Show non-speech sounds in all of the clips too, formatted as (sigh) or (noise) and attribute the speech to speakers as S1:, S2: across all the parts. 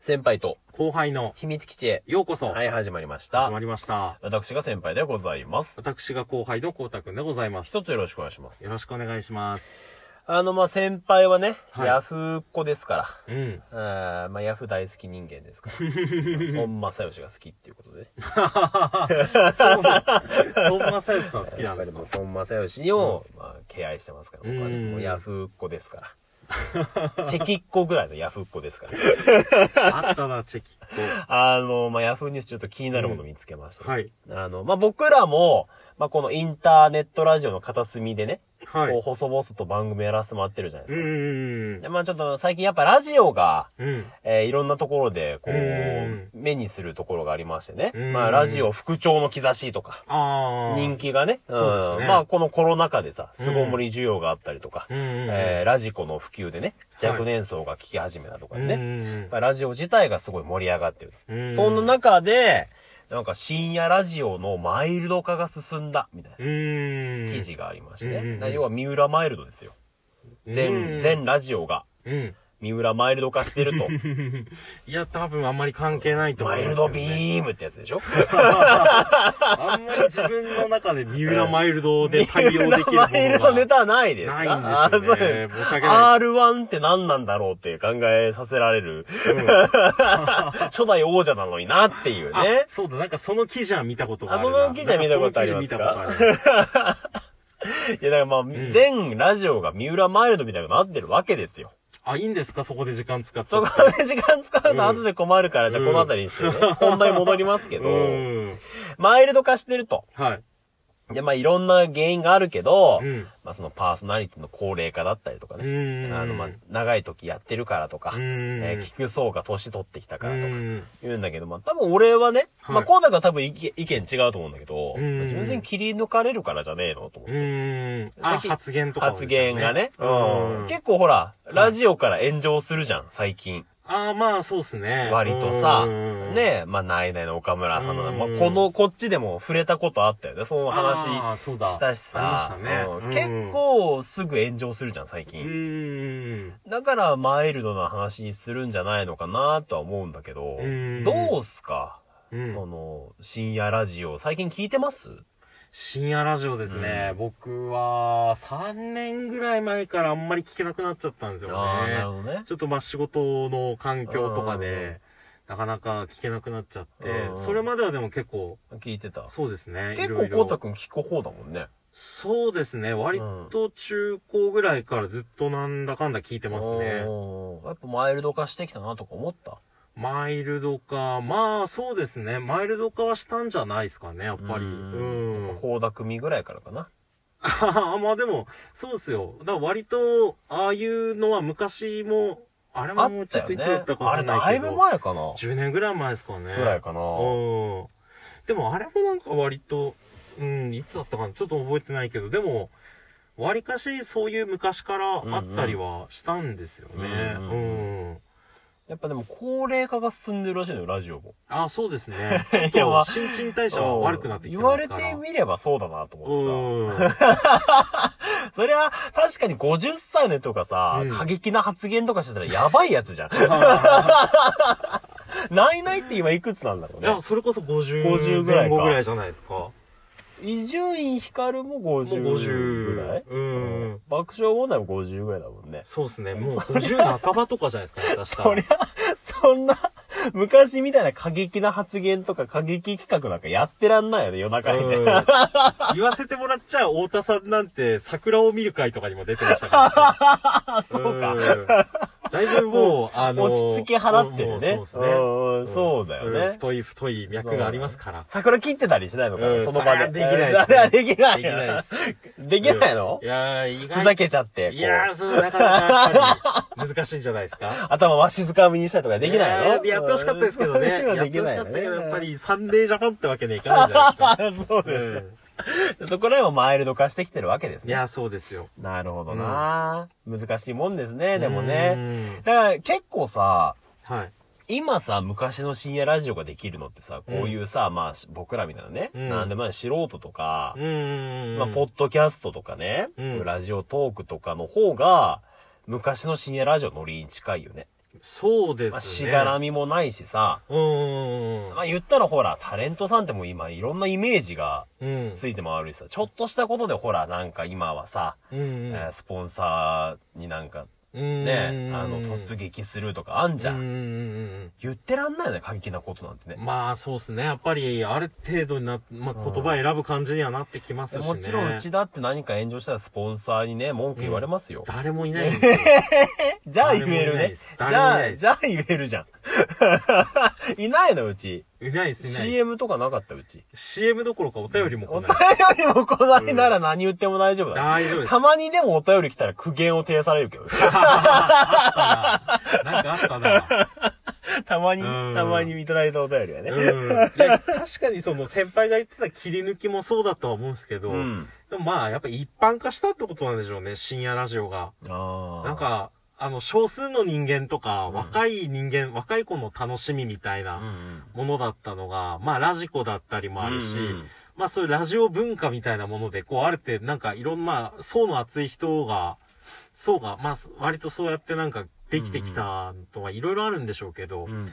S1: 先輩と
S2: 後輩の、
S1: 秘密基地へ。
S2: ようこそ、
S1: はい、始まりまし
S2: 始
S1: た
S2: ま。りました。
S1: 私が先輩でございます。
S2: 私が後輩のこうたくんでございます。
S1: 一つよろしくお願いします。
S2: よろしくお願いします。
S1: あの、まあ、先輩はね、
S2: はい
S1: ヤフーっ子ですから。
S2: うん。
S1: あーまあ、ヤフー大好き人間ですから。
S2: (laughs)
S1: 孫正義が好きっていうことでね。
S2: そうなん相馬さよしさん好き
S1: やっ
S2: なん
S1: ぱ
S2: で
S1: (laughs) り
S2: すか
S1: もう孫正義を、まあ、敬愛してますから、僕は
S2: う
S1: ね。
S2: ん
S1: もうヤフーっ子ですから。 (laughs) チェキっ子ぐらいのヤフーっ子ですから。
S2: あったな、チェキっ
S1: あの、まあ、ヤフーニュースちょっと気になるもの見つけました、
S2: 子。はい。
S1: あの、まあ、僕らも、まあ、このインターネットラジオの片隅でね、
S2: は
S1: こう
S2: い。
S1: 細々と番組やらせてもらってるじゃないで
S2: う
S1: すか。
S2: ん
S1: で、。まあ、ちょっと最近やっぱラジオが、
S2: うん。
S1: えーいろんなところで、こう、
S2: うん
S1: 目にするところがありましてね。
S2: うん
S1: まあ、ラジオ復調の兆しとか、
S2: ああ。
S1: 人。気がね。
S2: そうですね
S1: んまあ、このコロナ禍でさ、巣ごもり需要があったりとか、
S2: うんうんうん。
S1: えーラジコの普及でね、
S2: はい
S1: 若年層が聞き始めたとか
S2: う
S1: ね。
S2: ん
S1: やっぱラジオ自体がすごい盛り上がってる。
S2: うんうん。
S1: そんな中で、なんか深夜ラジオのマイルド化が進んだ、みたいな
S2: うん。
S1: 記事がありまして
S2: うんうんう
S1: ね。
S2: ん
S1: だから要は三浦マイルドですよ。
S2: う
S1: 全、
S2: ん
S1: 全ラジオが
S2: うん。
S1: 三浦マイルド化してる
S2: (laughs)
S1: と。
S2: いや、多分あんまり関係ないと思
S1: マ
S2: い
S1: イ
S2: ま
S1: ル
S2: すけど
S1: ド
S2: ね。
S1: ビームってやつでしょ
S2: あんまり自分の中で三浦マイルド (laughs) で対応できるもの
S1: (laughs)
S2: が
S1: マイルドネタはないですか
S2: ないんです
S1: あそう
S2: よね
S1: です
S2: 申し訳な
S1: R1 って何なんだろうって考えさせられる。
S2: (laughs) うん
S1: 初代王者なのになっていう
S2: あ
S1: ね。
S2: そうだ、なんかその記事は見たことがあるな。
S1: あその記事は見たことありますか
S2: なんその記事見たことあ
S1: いや、だからまあ、全ラジオが三浦マイルドみたいになってるわけですよ。
S2: るあ、いいんですかそこで時間使って。
S1: そこで時間使うの後で困るから、じゃあこの辺りにしてね、本題戻りますけ
S2: う
S1: ど、
S2: ん。
S1: マイルド化してると。
S2: はい。
S1: で、まあいろんな原因があるけど、
S2: うん
S1: まあそのパーソナリティの高齢化だったりとか
S2: う
S1: ね、
S2: ん。
S1: あのまあ長い時やってるからとか、
S2: うん
S1: えー聞く層が年取ってきたからと
S2: う
S1: か
S2: ん
S1: 言うんだけど、まあ多分俺はね、
S2: はい
S1: まあこうだから多分意見意見違うと思うんだけど、
S2: うん
S1: まあ純粋に切り抜かれるからじゃねえのと思って。
S2: うん。あ、
S1: 最近
S2: 発言とかをです
S1: 発
S2: よ
S1: 言がね、
S2: うん。
S1: 結構ほら、ラジオから炎上するじゃん、最近。
S2: ああ、まあ、そうっすね。
S1: 割とさ、
S2: うん
S1: ねえ、まあ、ないないの岡村さんの、
S2: うん
S1: まあ、この、こっちでも触れたことあったよね。その話
S2: あーそうだ
S1: したし
S2: あ
S1: さ。
S2: りましたね
S1: うん
S2: うん
S1: 結構すぐ炎上するじゃん、最
S2: う
S1: 近。
S2: ん。
S1: だから、マイルドな話にするんじゃないのかなとは思うんだけど、
S2: うん
S1: どうすか、
S2: うん
S1: その、深夜ラジオ、最近聞いてます
S2: 深夜ラジオですね。僕は、3年ぐらい前からあんまり聞けなくなっちゃったんですよね。
S1: ああ、なるほどね。
S2: ちょっとまあ仕事の環境とかで、なかなか聞けなくなっちゃって
S1: う、ん
S2: それまではでも結構、
S1: 聞いてた。
S2: そうですね。
S1: 結
S2: いろ
S1: 構、
S2: い
S1: こ
S2: ろ
S1: うたくん聞く方だもんね。
S2: そうですね。割と中高ぐらいからずっとなんだかんだ聞いてますね。
S1: おーやっぱマイルド化してきたなとか思った
S2: マイルド化、まあそうですね。マイルド化はしたんじゃないですかね、やっぱり。うん。
S1: 高田組ぐらいからかな。
S2: ああ、 (laughs) まあでも、そうっすよ。だから割と、ああいうのは昔も、あれ
S1: あ
S2: もも
S1: っ
S2: うち
S1: た
S2: ょっ
S1: よ
S2: といつ
S1: ね
S2: だった。
S1: あ
S2: かわか
S1: れ
S2: んないけど。
S1: だいぶ前かな。
S2: 10年ぐらい前ですかね。
S1: ぐらいかな。
S2: うん。でもあれもなんか割と、うん、いつだったかな、ちょっと覚えてないけど、でも、割かしそういう昔からあったりはしたんですよね。
S1: う
S2: うんん、
S1: うんやっぱでも高齢化が進んでるらしいのよ、ラジオも。
S2: あ、そうで
S1: (laughs)
S2: すね。ちょっ
S1: いやまあ
S2: と、新陳代謝は悪くなってきて
S1: 言
S2: ま
S1: わ
S2: す
S1: れ
S2: から。
S1: てみればそうだなと思って
S2: うん。
S1: さ。そりゃ、確かに50歳の人がさ、
S2: うん
S1: 過激な発言とかしてたらやばいやつじゃん。 (laughs) ないないって今いくつなんだろう
S2: い
S1: ね
S2: や、。それこそ50、
S1: 50ぐらいか
S2: 前後ぐらいじゃないですか。も
S1: 伊集院光も
S2: う
S1: 50
S2: 50
S1: ぐらい、
S2: うん。
S1: 爆笑問題も50ぐらいだもんね。
S2: そうですね。もう50半ばとかじゃないですか、下手したら
S1: (laughs) そりゃ、そんな、昔みたいな過激な発言とか過激企画なんかやってらんないよね、夜中にね。
S2: うん言わせてもらっちゃう太田さんなんて桜を見る会とかにも出てましたか
S1: あ、 (laughs) そ
S2: ら、
S1: うか。
S2: うんだいぶもう、あの、
S1: 落ち着き払ってるね。
S2: もうそうですね。
S1: んうんそうだよね。
S2: うん太い太い脈がありますから。
S1: 桜切ってたりしないのかな、
S2: うん
S1: (laughs) その場で。
S2: それはできないですね
S1: あれはできない。
S2: できないです。
S1: (laughs) できないの
S2: いやー、意外
S1: ふざけちゃって、こ
S2: いやー、
S1: う。
S2: そう、なかなか、難しいんじゃないですか。
S1: 頭わしづかみにしたりとか (laughs) できない
S2: や
S1: の
S2: ーやってほしかったですけどね。
S1: そういうのは
S2: や
S1: でき
S2: ってほ
S1: な
S2: し
S1: い
S2: か
S1: よ
S2: ったけど、やっぱ
S1: ね。
S2: りサンデージャパンってわけにはいかないじゃないですか。
S1: (laughs) そうですか。そこら辺はマイルド化してきてるわけです
S2: うんい
S1: ね。
S2: やー、そうですよ。
S1: なるほどな、難しいもんですね、でも
S2: う
S1: ね。
S2: ん。
S1: だから結構さ、
S2: はい。
S1: 今さ、昔の深夜ラジオができるのってさ、こういうさ、まあし僕らみたいなね、
S2: うん
S1: なんでもない素人とか、
S2: うん。
S1: まあポッドキャストとかね、
S2: うん
S1: ラジオトークとかの方が、昔の深夜ラジオのりに近いよね。
S2: そうで
S1: まあ、
S2: す
S1: し
S2: ね。
S1: がらみもないしさ、
S2: うんうんうん
S1: まあ言ったらほら、タレントさんってもう今いろんなイメージが
S2: うん。うん。
S1: ついて回るしさ、ちょっとしたことでほら、なんか今はさ、
S2: うんうん
S1: えースポンサーになんか
S2: うん。
S1: ね、あの、突撃するとかあんじゃ
S2: うん
S1: ん。
S2: うんうん
S1: 言ってらんないよね、過激なことなんて
S2: う
S1: ね
S2: ん。。まあそうですね。やっぱり、ある程度にな、まあ言葉選ぶ感じにはなってきますしね。
S1: もちろんうちだって何か炎上したらスポンサーにね、文句言われますよ。
S2: 誰もいないんですよ。
S1: じゃあ言えるね。じ
S2: 誰もい
S1: ゃ
S2: ない
S1: あ、
S2: です
S1: じゃあ言えるじゃん。 (laughs) いないの、うち。
S2: いないです、いないです。
S1: CM とかなかった、うち。
S2: CM どころかお便りも
S1: お
S2: 来な
S1: 便
S2: い。
S1: (laughs) りも来ないなら何言っても大丈夫だ。
S2: 大丈夫です。
S1: たまにでもお便り来たら苦言を呈されるけど。
S2: なんかあったな。
S1: (laughs) たまに、
S2: うん
S1: たまにいただいたお便りはね。
S2: うんいや確かにその先輩が言ってた切り抜きもそうだとは思うんですけど、
S1: うん。
S2: でもまあやっぱ一般化したってことなんでしょうね、深夜ラジオが。
S1: ああ。
S2: なん、か、あの、少数の人間とか、若い人間、若い子の楽しみみたいうなんものだったのが、まあラジコだったり
S1: うん。
S2: もあるし、
S1: うんうん
S2: まあそういうラジオ文化みたいなもので、こうあるって、なんかいろんな層の厚い人が、層が、まあ割とそうやってなんかできてきたとはいろいろあるんでしょうけど、
S1: うん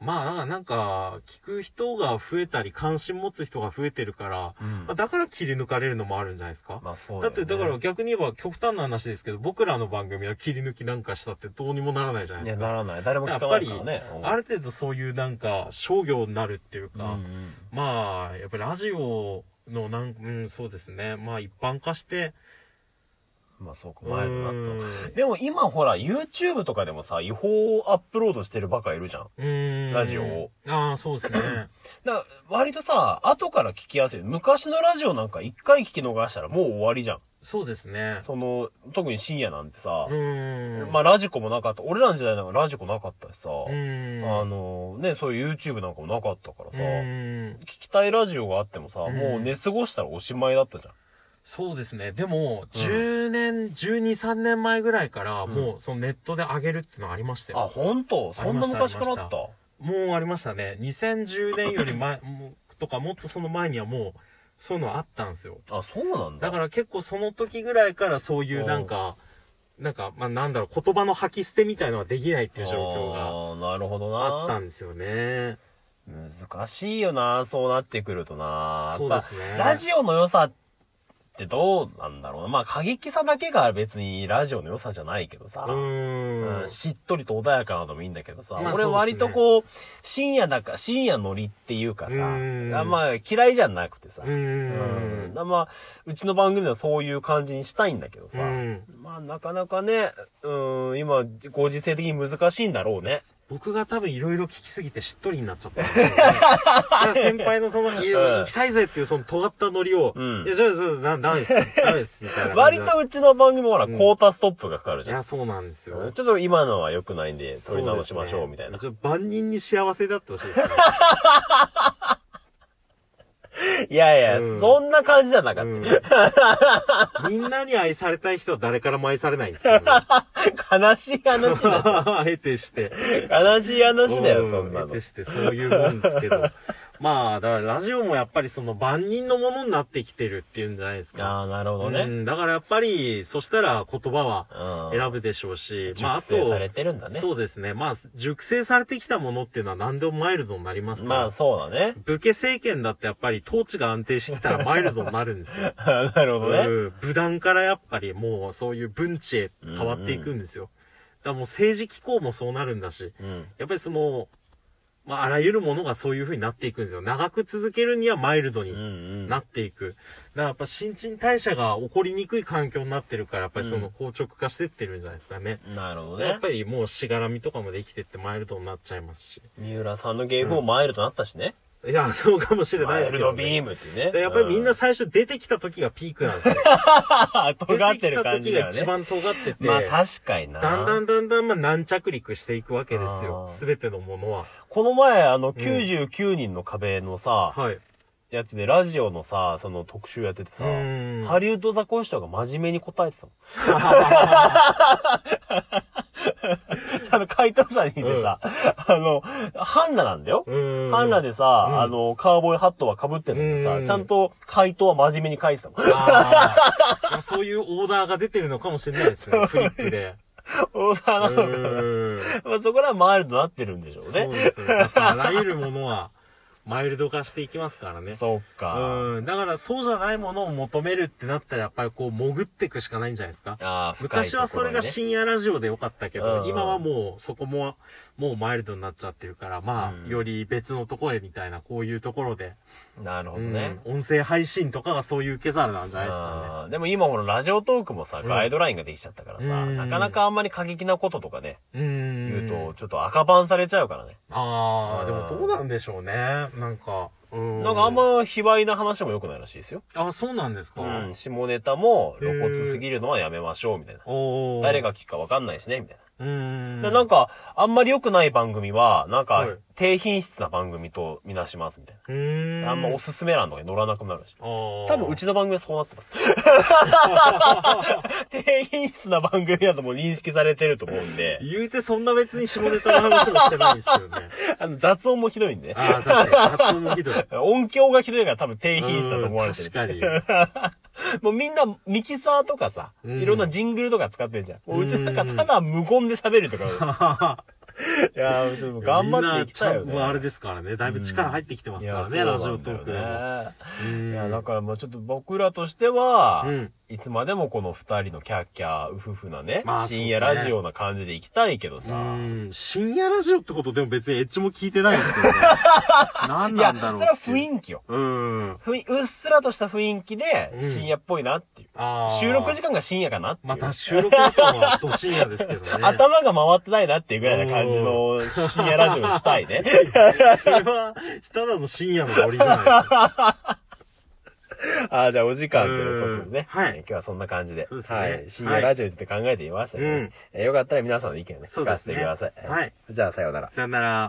S2: まあ、なんか、聞く人が増えたり、関心持つ人が増えてるから、
S1: うん
S2: まあだから切り抜かれるのもあるんじゃないですか、
S1: まあそう
S2: だ
S1: だ
S2: っ
S1: よ
S2: て、
S1: ね
S2: だから逆に言えば極端な話ですけど、僕らの番組は切り抜きなんかしたってどうにもならないじゃない
S1: い
S2: で
S1: や、
S2: す
S1: な
S2: か。
S1: らない。誰も聞かないからね。
S2: ある程度そういうなんか、商業になるっていう
S1: うん
S2: か、まあ、やっぱりラジオのなん、うん、そうですね。まあ一般化して、
S1: うんまあそうか、前のなっ
S2: う
S1: た。でも今ほら、YouTube とかでもさ、違法アップロードしてるバカいるじゃん。
S2: ーん。
S1: ラジオを。
S2: ああ、そうです (clears throat) ね。
S1: だから割とさ、後から聞きやすい。昔のラジオなんか一回聞き逃したらもう終わりじゃん。
S2: そうですね。
S1: その、特に深夜なんてさ
S2: う、ーん。
S1: まあラジコもなかった。俺らの時代なんかラジコなかったしさ、
S2: うーん。
S1: あの、ね、そういう YouTube なんかもなかったからさ、
S2: うん
S1: 聞きたいラジオがあってもさ、
S2: うん
S1: もう寝過ごしたらおしまいだったじゃん。
S2: そうですね。でも、10年、12、3年前ぐらいから、
S1: ん
S2: もう、そのネットで上げるってのありました
S1: あ、
S2: よ。
S1: ほんとそんな昔からあった。
S2: もうありましたね。2010年より前、もうとか、もっとその前にはもう、そういうのあったんですよ。
S1: あ、そうなんだ。
S2: だから結構その時ぐらいからそういうなんか、なんか、まあなんだろう、言葉の吐き捨てみたいのはできないっていう状況が
S1: あーなるほど
S2: あった
S1: な。
S2: んですよね。
S1: 難しいよな、そうなってくるとな。
S2: そうですね
S1: やっぱラジオの良さってどうなんだろうな。まあ、過激さだけが別にラジオの良さじゃないけど
S2: う
S1: さ。
S2: ー
S1: うんん。しっとりと穏やかなのもいいんだけどさ、
S2: ま
S1: 俺
S2: あそうです
S1: 割
S2: ね
S1: とこう、深夜だか、深夜乗りっていうかさ、
S2: うん
S1: あまあ嫌いじゃなくてさ、
S2: う
S1: うん
S2: ん。
S1: だまあ、うちの番組ではそういう感じにしたいんだけどさ、
S2: うん。
S1: まあなかなかね、うん、今、ご時世的に難しいんだろうね。
S2: 僕が多分いろいろ聞きすぎてしっとりになっちゃったんですよね。だから
S1: (laughs)
S2: 先輩のその、いろいろ行きたいぜっていうその尖ったノリを、
S1: うん
S2: いや、じゃあ、そうです、なダメです、ダメです、みたいな感
S1: 割
S2: じで。
S1: とうちの番組もほら、
S2: うん
S1: コータストップがかかる
S2: い
S1: じゃん。
S2: や、そうなんです
S1: うん
S2: よ。
S1: ちょっと今のは良くないんで、
S2: そう
S1: 取り
S2: ですね
S1: 直しましょう、みたいな。
S2: ちょっと万人に幸せだってほ
S1: (laughs)
S2: しいですね。
S1: いやいや、
S2: うん
S1: そんな感じじゃなかった。
S2: うんみんなに愛されたい人は誰からも愛されないんで
S1: (laughs)
S2: すけど、ね。
S1: 悲しい話だ。
S2: (laughs) えてして。
S1: 悲しい話だよ、
S2: うん
S1: そんなの
S2: 得て。してそういうもんですけど。 (laughs) まあ、だからラジオもやっぱりその万人のものになってきてるっていうんじゃないですか。
S1: ああ、なるほどね。
S2: うん、だからやっぱり、そしたら言葉は
S1: うん。
S2: 選ぶでしょうし、まああ
S1: 熟
S2: と、
S1: 成されてるんだね。
S2: そうですね。まあ、熟成されてきたものっていうのは何でもマイルドになりますから。
S1: まあ、そうだね。。
S2: 武家政権だってやっぱり統治が安定してきたらマイルド (laughs) になるんですよ
S1: (laughs) なるほどね。
S2: うん武断からやっぱりもうそういう文地へ変わっていくんですよ。だからもう政治機構もそうなるんだし、
S1: うん。
S2: やっぱりその、まああらゆるものがそういう風になっていくんですよ。長く続けるにはマイルドに。
S1: うんうん。
S2: なっていく。だからやっぱ新陳代謝が起こりにくい環境になってるから、やっぱりその硬直化してってるんじゃないですかね。
S1: なるほど
S2: やっ
S1: ね
S2: ぱ。りもうしがらみとかもできてってマイルドになっちゃいますし。
S1: 三浦さんの芸風もマイルドになったしね。
S2: いや、そうかもしれな
S1: マ
S2: いです
S1: イ
S2: け
S1: ル
S2: ど、
S1: ド
S2: ね。
S1: ビームっていうね。
S2: (laughs) でやっぱりみんな
S1: う、
S2: 最初出てきた時がピークなんですよ。
S1: (laughs) 尖ってる感じだよ
S2: 出て
S1: ね
S2: きた。時が一番尖ってて。
S1: まあ確かにな。
S2: だんだんだんだん、まあ、軟着陸していくわけですよ。
S1: あー
S2: すべてのものは。
S1: この前、あの、99人の壁のさ、
S2: はい。
S1: やつでラジオのさ、その特集やっててさ、
S2: うん
S1: ハリウッドザコシショウが真面目に答えてたもん。ちゃんと回答者にいてさ、あの、ハンナなんだよ。
S2: うん。
S1: ハンナでさ、
S2: うん
S1: あの、カーボーイハットは被ってるのにさ、
S2: うん
S1: ちゃんと回答は真面目に返してたもん。 (laughs)
S2: あーまあそういうオーダーが出てるのかもしれないですね、フリップで。
S1: オーダーなのかな。
S2: うん
S1: ま (laughs) あそこらはマイルドになってるんでしょう
S2: そ
S1: ね。
S2: うですね。だからあらゆるものは、マイルド化していきますからね。
S1: そっか。
S2: うん。だから、そうじゃないものを求めるってなったら、やっぱりこう、潜っていくしかないんじゃないですか。
S1: ああ、深いとこ
S2: 昔
S1: ろにね
S2: はそれが深夜ラジオでよかったけ
S1: う
S2: ど、
S1: ん
S2: 今はもう、そこも、もうマイルドになっちゃってるから、ま
S1: うん
S2: あ、より別のところへみたいな、こういうところで、
S1: なるほど
S2: うん
S1: ね。
S2: 音声配信とかがそういう受け皿なんじゃないですか
S1: あーでも今このラジオトークもさ、
S2: うん
S1: ガイドラインができちゃったからさ、
S2: うん
S1: なかなかあんまり過激なこととかね、
S2: ね。う
S1: 言
S2: ん。
S1: うと、ちょっと赤バンされちゃうからね。
S2: あ
S1: うん
S2: あ、でもどうなんでしょうね。なんか、うん。
S1: なんかあん、ま卑猥な話も良くないらしいですよ。
S2: あ、そうなんですか。
S1: うん、下ネタも露骨すぎるのはやめましょう、みたいな。
S2: おー
S1: 誰が聞くかわかんないしね、みたいな。
S2: うーん。
S1: でなん
S2: か、
S1: か、あんまり良くない番組は、なんか
S2: はい、
S1: 低品質な番組とみなします、みたいう
S2: ーん。
S1: な。あんまおすすめ欄とかに載らなくなるし。
S2: あー
S1: 多分うちの番組はそうなって (laughs) ます。低品質な番組だともう認識されてると思うんで、
S2: 言うてそんな別に下ネタの話もしてないんですけどね。
S1: あの雑音もひどいんでね。
S2: ああ、確かに。
S1: (laughs)
S2: 発音もひどい。
S1: 音響がひどいから多分低品質だと思われてる。
S2: うん確か
S1: もうみんなミキサーとかさ、
S2: うん
S1: いろんなジングルとか使ってんじゃん。もううちなんか
S2: うん
S1: ただ無言で喋るとか。
S2: (laughs)
S1: いやー、ちょっと
S2: に。
S1: 頑張っていきたいよ
S2: みん
S1: ね。
S2: なちゃんとあれですからね。だいぶ力入ってきてますからね、
S1: いや
S2: ラジ
S1: そうな
S2: オ
S1: んだ
S2: ト
S1: よ
S2: ークでも。
S1: ね
S2: い
S1: いや、だからまあちょっと僕らとしては、
S2: うん
S1: いつまでもこの二人のキャッキャー、ウフフなね、
S2: まあ
S1: 深夜
S2: そうです
S1: ラ
S2: ね
S1: ジオな感じで行きたいけどさ、
S2: うん深夜ラジオってことでも別にエッジも聞いてないです
S1: (laughs)
S2: けどね。何
S1: いや、
S2: な
S1: そ
S2: んだろうって
S1: れは雰
S2: 囲気。
S1: 囲気よ。
S2: うん。
S1: ふいうっすらとした雰囲気で、
S2: うん
S1: 深夜っぽいなっていう。
S2: ああ。
S1: 収録時間が深夜かなっていう。。
S2: また収録だとはど深夜ですけど
S1: (laughs)
S2: ね
S1: 頭が回ってないなっていうぐらいな感じの深夜ラジオにしたいね。
S2: それは、ただの深夜のノリじゃないですか。
S1: (laughs) ああ、じゃあお時間ということでね。
S2: うんは
S1: えー
S2: い
S1: 今日はそんな感じで。
S2: そうですね
S1: はい。深夜ラジオについて考えてみましたね。
S2: はいうん
S1: えーよかったら皆さんの意見をね、
S2: そ
S1: 聞
S2: うで
S1: か
S2: す
S1: せて
S2: ね
S1: ください。
S2: はい。
S1: じゃあさようなら。
S2: さよなら。